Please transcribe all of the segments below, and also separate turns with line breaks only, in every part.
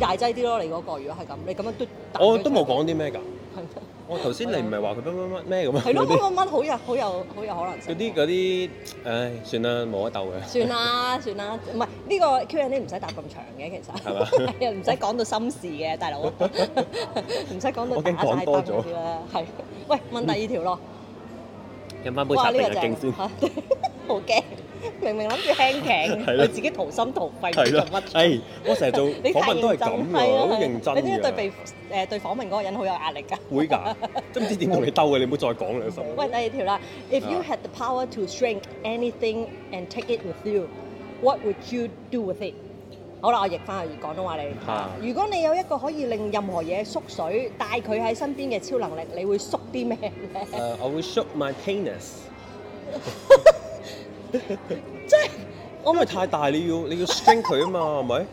大劑啲咯，你嗰個如果係咁，你咁樣嘟彈咗
我哦都
出
冇
嚟
講啲咩㗎。
係咩
我頭先你唔係話佢乜乜乜咩咁樣
係咯，
嗰
乜
啲
乜乜好有好有好有可能性。
嗰啲嗰啲，唉，算啦，冇得鬥嘅。
算啦算啦，唔係呢個 Q&A 唔使答咁長嘅，其實
係嘛
係啊唔使講到心事嘅， 大佬，唔使講到
我驚
打晒
講多
燈
咗
嗰啲啦。係，喂，問第二條咯。
飲翻杯
哇！
茶
呢
定
個正
係勁先，
嚇 好驚，明明諗住輕頸，
係咯
佢自己掏心掏肺做
係咯
乜？。
誒，我成日做
你
訪問都係咁
太
㗎，好
係啊
認真
你知唔知對
㗎。
被誒對訪問嗰個人好有壓力㗎？
會㗎，真唔知點同你鬥嘅，你唔好再講兩心。
喂，第二條啦，If you had the power to shrink anything and take it with you, what would you do with it？好啦，我譯翻去廣東話你。
嚇
如果你有一個可以令任何嘢縮水，帶佢喺身邊嘅超能力，你會縮啲咩 咧？
誒，我會 shoot my penis，
即係
因為太大你要你要 string 佢啊嘛，係咪？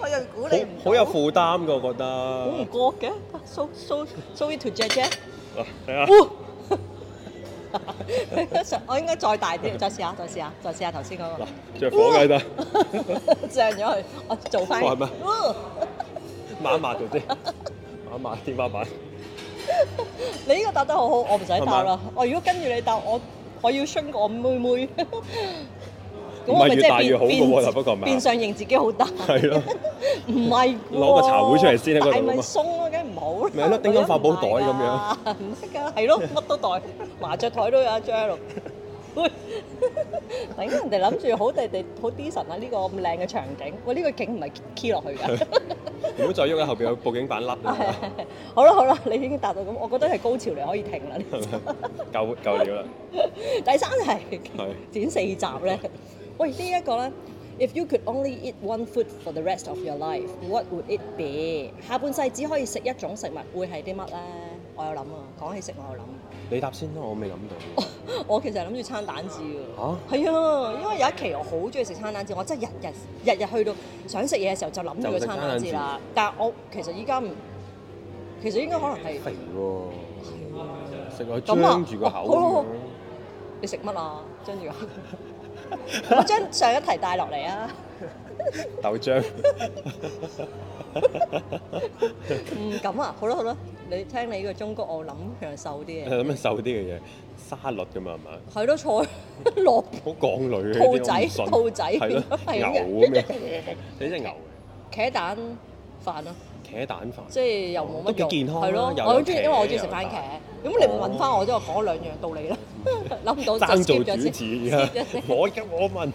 我又估你唔嗯
好
到
好有負擔㗎，我覺
好唔
得。
覺嘅，so so so it to judge 啫。
啊係啊，
我應該再大啲，再試下，再試下，再試下頭先嗰 個，
嗱，着火雞得，
漲咗佢，我做翻。
哇係咩
哦
抹一抹就先，抹一抹天花板。
你呢個答得好好，我唔使答
係
啦。我如果跟住你答，我我要 s 我妹 妹。
唔係越大
變
越好嘅喎
變
嗱不過係咪
變相認自己好 大。
係咯，
唔係
攞個茶壺出嚟先喺嗰度
係咪
咁啊
鬆啊？梗係唔好啦。
咪係咯叮當法寶袋咁樣
樣。唔識㗎，係咯，乜都袋，麻雀台都有一張喺度。喂，突然間人哋諗住好地地好 decent 啊！呢個咁靚嘅場景，喂，呢個景唔係 key 落 去㗎。
唔好再喐啦，後邊有報警板笠
啊
啦，
好啦好啦，你已經達到咁，我覺得係高潮嚟，可以停啦。呢
係咪 夠夠料啦，
第三題
係
剪四集咧。喂，呢、一個咧，If you could only eat one food for the rest of your life, what would it be？下半世只可以食一種食物，會係啲乜咧？我有諗啊，講起食我有
你答先啦，我未諗到。
諗。我其實係諗住餐蛋治㗎。係
嚇？
啊，因為有一期我好中意食餐蛋治，我真係日日日日去到想食嘢嘅時候就諗住個
就食
餐
餐
蛋
蛋治
治啦。但係我其實依家唔，其實應該可能 係
肥喎，食落去
咁啊
張住個口
哦好好
咁
好
樣。
你食乜啊？張住個，我將上一題帶落嚟啊！
豆漿，
嗯，咁啊，好啦好啦，你聽你呢個中國，我諗佢係瘦啲嘅，
諗緊瘦啲嘅嘢，沙律㗎嘛係嘛？
係咯， 菜蘿
好港女嘅呢啲
兔仔
我唔信
兔仔
係咯，
係嘅
牛咁樣，你隻牛嘅
茄蛋飯咯，
茄蛋飯，
即係又冇乜
都幾健康啊
係咯，
又
我好
有
中意，
茄
因為我中意食
又有
番茄
蛋。
咁你咪問翻我啫，我講兩樣道理啦， 諗唔到就
爭
skip
做
咗
主
先。
持而家， 我而家我問，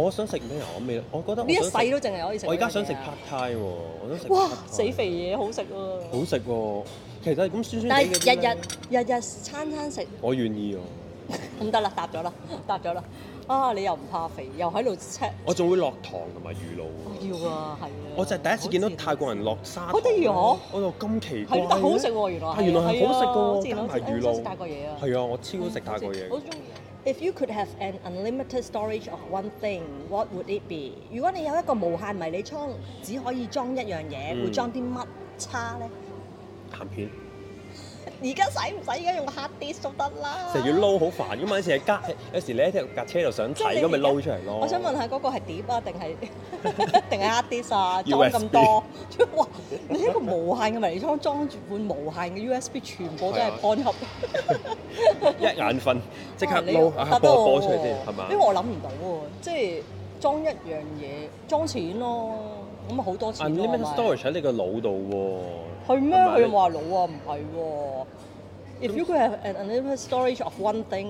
我想食咩啊？我未，我覺得我
呢一
想
世
食
都淨係可以食。啊
我而家想食 part time 喎，我想食 part
哇
time，
死肥嘢好食喎！
好食喎，其實咁酸酸
但
地嗰啲
係
咧
日日日日餐餐食
我願意喎，
唔得啦，答咗啦，答咗啦。啊，你又唔怕肥，又喺度 check。
我仲會落糖同埋魚露喎。
要啊，係啊。
我就係第一次見到泰國人落沙
好得意
我
哦
我就咁奇怪
係
嘅，
咯，但係好食喎，原來係。
啊原來係好食㗎喎
好似
加埋
好似
魚
哎
露
我想食泰國嘢啊。
係啊，我超食泰國嘢
好
嘅，
中意。If you could have an unlimited storage of one thing, what would it be？如果你有一個無限迷你倉，只可以裝一樣嘢，
嗯
會裝啲乜叉咧？
鹹片
而家使唔使而家用 hard disk 都得啦？
成日要撈好煩噶嘛，有時係加有時你喺架車度想睇咁咪撈出嚟咯。
我想問下嗰個係碟啊，定係 定係 hard disk 啊？裝
USB
咁多， 哇！你一個無限嘅迷你倉裝住款無限嘅 USB，全部都係
係啊
porn 盒，
一眼瞓即刻
哇你
撈啊
答得
播
我
播
喎
出嚟先係嘛
因為？我諗唔到喎，即係裝一樣嘢裝錢咯，咁咪好多錢咯。
Unlimited
咪
storage 喺你個腦度
係咩？
係咪
佢又話老啊，唔係喎。If you could have an unlimited storage of one thing，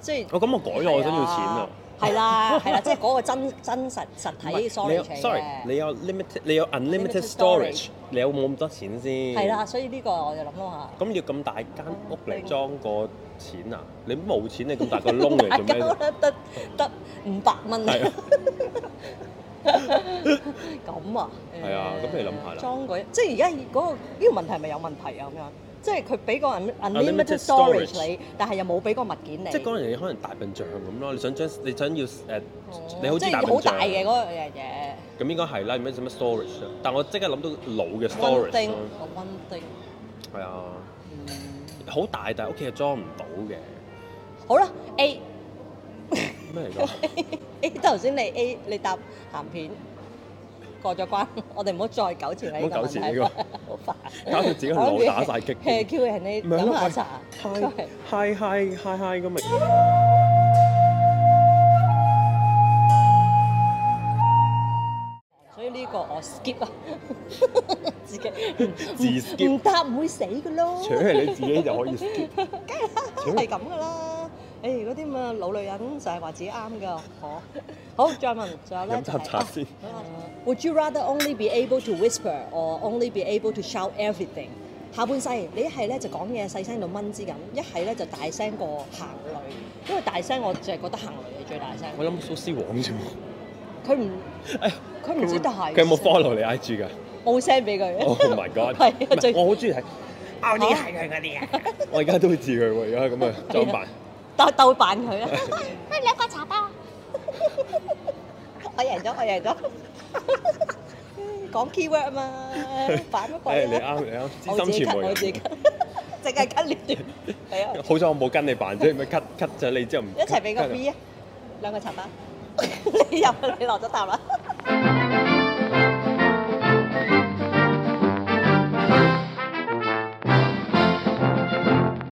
即係
喎。哦我咁我改咗，我想要錢啊！
係啦，係啦，即係嗰個真真實實
唔係
體
啊你
storage
有
嚟嘅
sorry，你有 limited，你有 unlimited
Limited
storage，
storage
你有冇咁多錢先？
係啦，。所以呢個我就諗咯下。
咁要咁大間屋嚟裝個錢啊？你冇錢你咁大個窿 嚟
大
做咩
家
啫？
得得得五百蚊
係 啊，
咁啊？
係啊
誒
咁你諗下啦
裝嗰即係而家嗰個呢個問題係咪有問題啊？咁樣即係佢俾個 un- unlimited
storage
storage 你，但係又冇俾個物件你。
即係嗰樣嘢可能大笨象咁咯，你想將你想要誒、呃
哦
你好
即
似大
係
笨
好
象
大嘅嗰樣嘢。
咁應該係啦，唔知做乜 storage 啦。但我即刻諗到老嘅
One
storage 嗯
thing，
咯，
哦 one thing。
係啊，
嗯
好大但係屋企係裝唔到嘅，
好啦，A
咩嚟㗎？
A 頭先你 A 你答鹹片過咗關，我哋唔好再糾纏呢
唔好
個
糾
問題
纏呢
啦，好煩。
搞到自己個腦打晒激
hea Q 人哋
咪係咯
飲下茶，真係
hi hi hi hi hi 咁咪。
所以呢個我 ờ, skip à. 啊，自己
自
唔
skip
唔答唔會死噶咯，
除係你自己就可以 skip，扯
係咁噶啦。誒嗰啲咁嘅老女人就係話自己啱噶，可好再問，仲有咧
飲
就
啖
係
茶先。
Would you rather only be able to whisper or only be able to shout everything？下半世你一係咧就講嘢細聲到蚊之咁，一係咧就大聲過行雷，因為大聲我就係覺得行雷係最大聲。
我諗蘇絲黃啫喎。
佢唔
哎呀
佢唔知大聲
佢有冇 follow 你 IG 㗎
冇聲俾佢。
？Oh my god！
係啊
唔係
最
我好中意睇，
哦，呢係佢嗰啲啊。
我而家都會治佢喎，而家咁啊裝扮。
鬥鬥扮佢啊！
喂，兩個茶包。
我贏咗，我贏咗。講 keyword 啊嘛，反乜
誒
鬼
哎你
啊？
啱你啱，
我自
資
己
深傳
cut，我自己
媒
cut，淨 係 cut 呢段。係啊
人。，好彩我冇跟你扮啫，咪 cut cut 咗你之後唔
一齊俾個
cut 咗
B 啊！兩個茶包，你入你落咗答啦。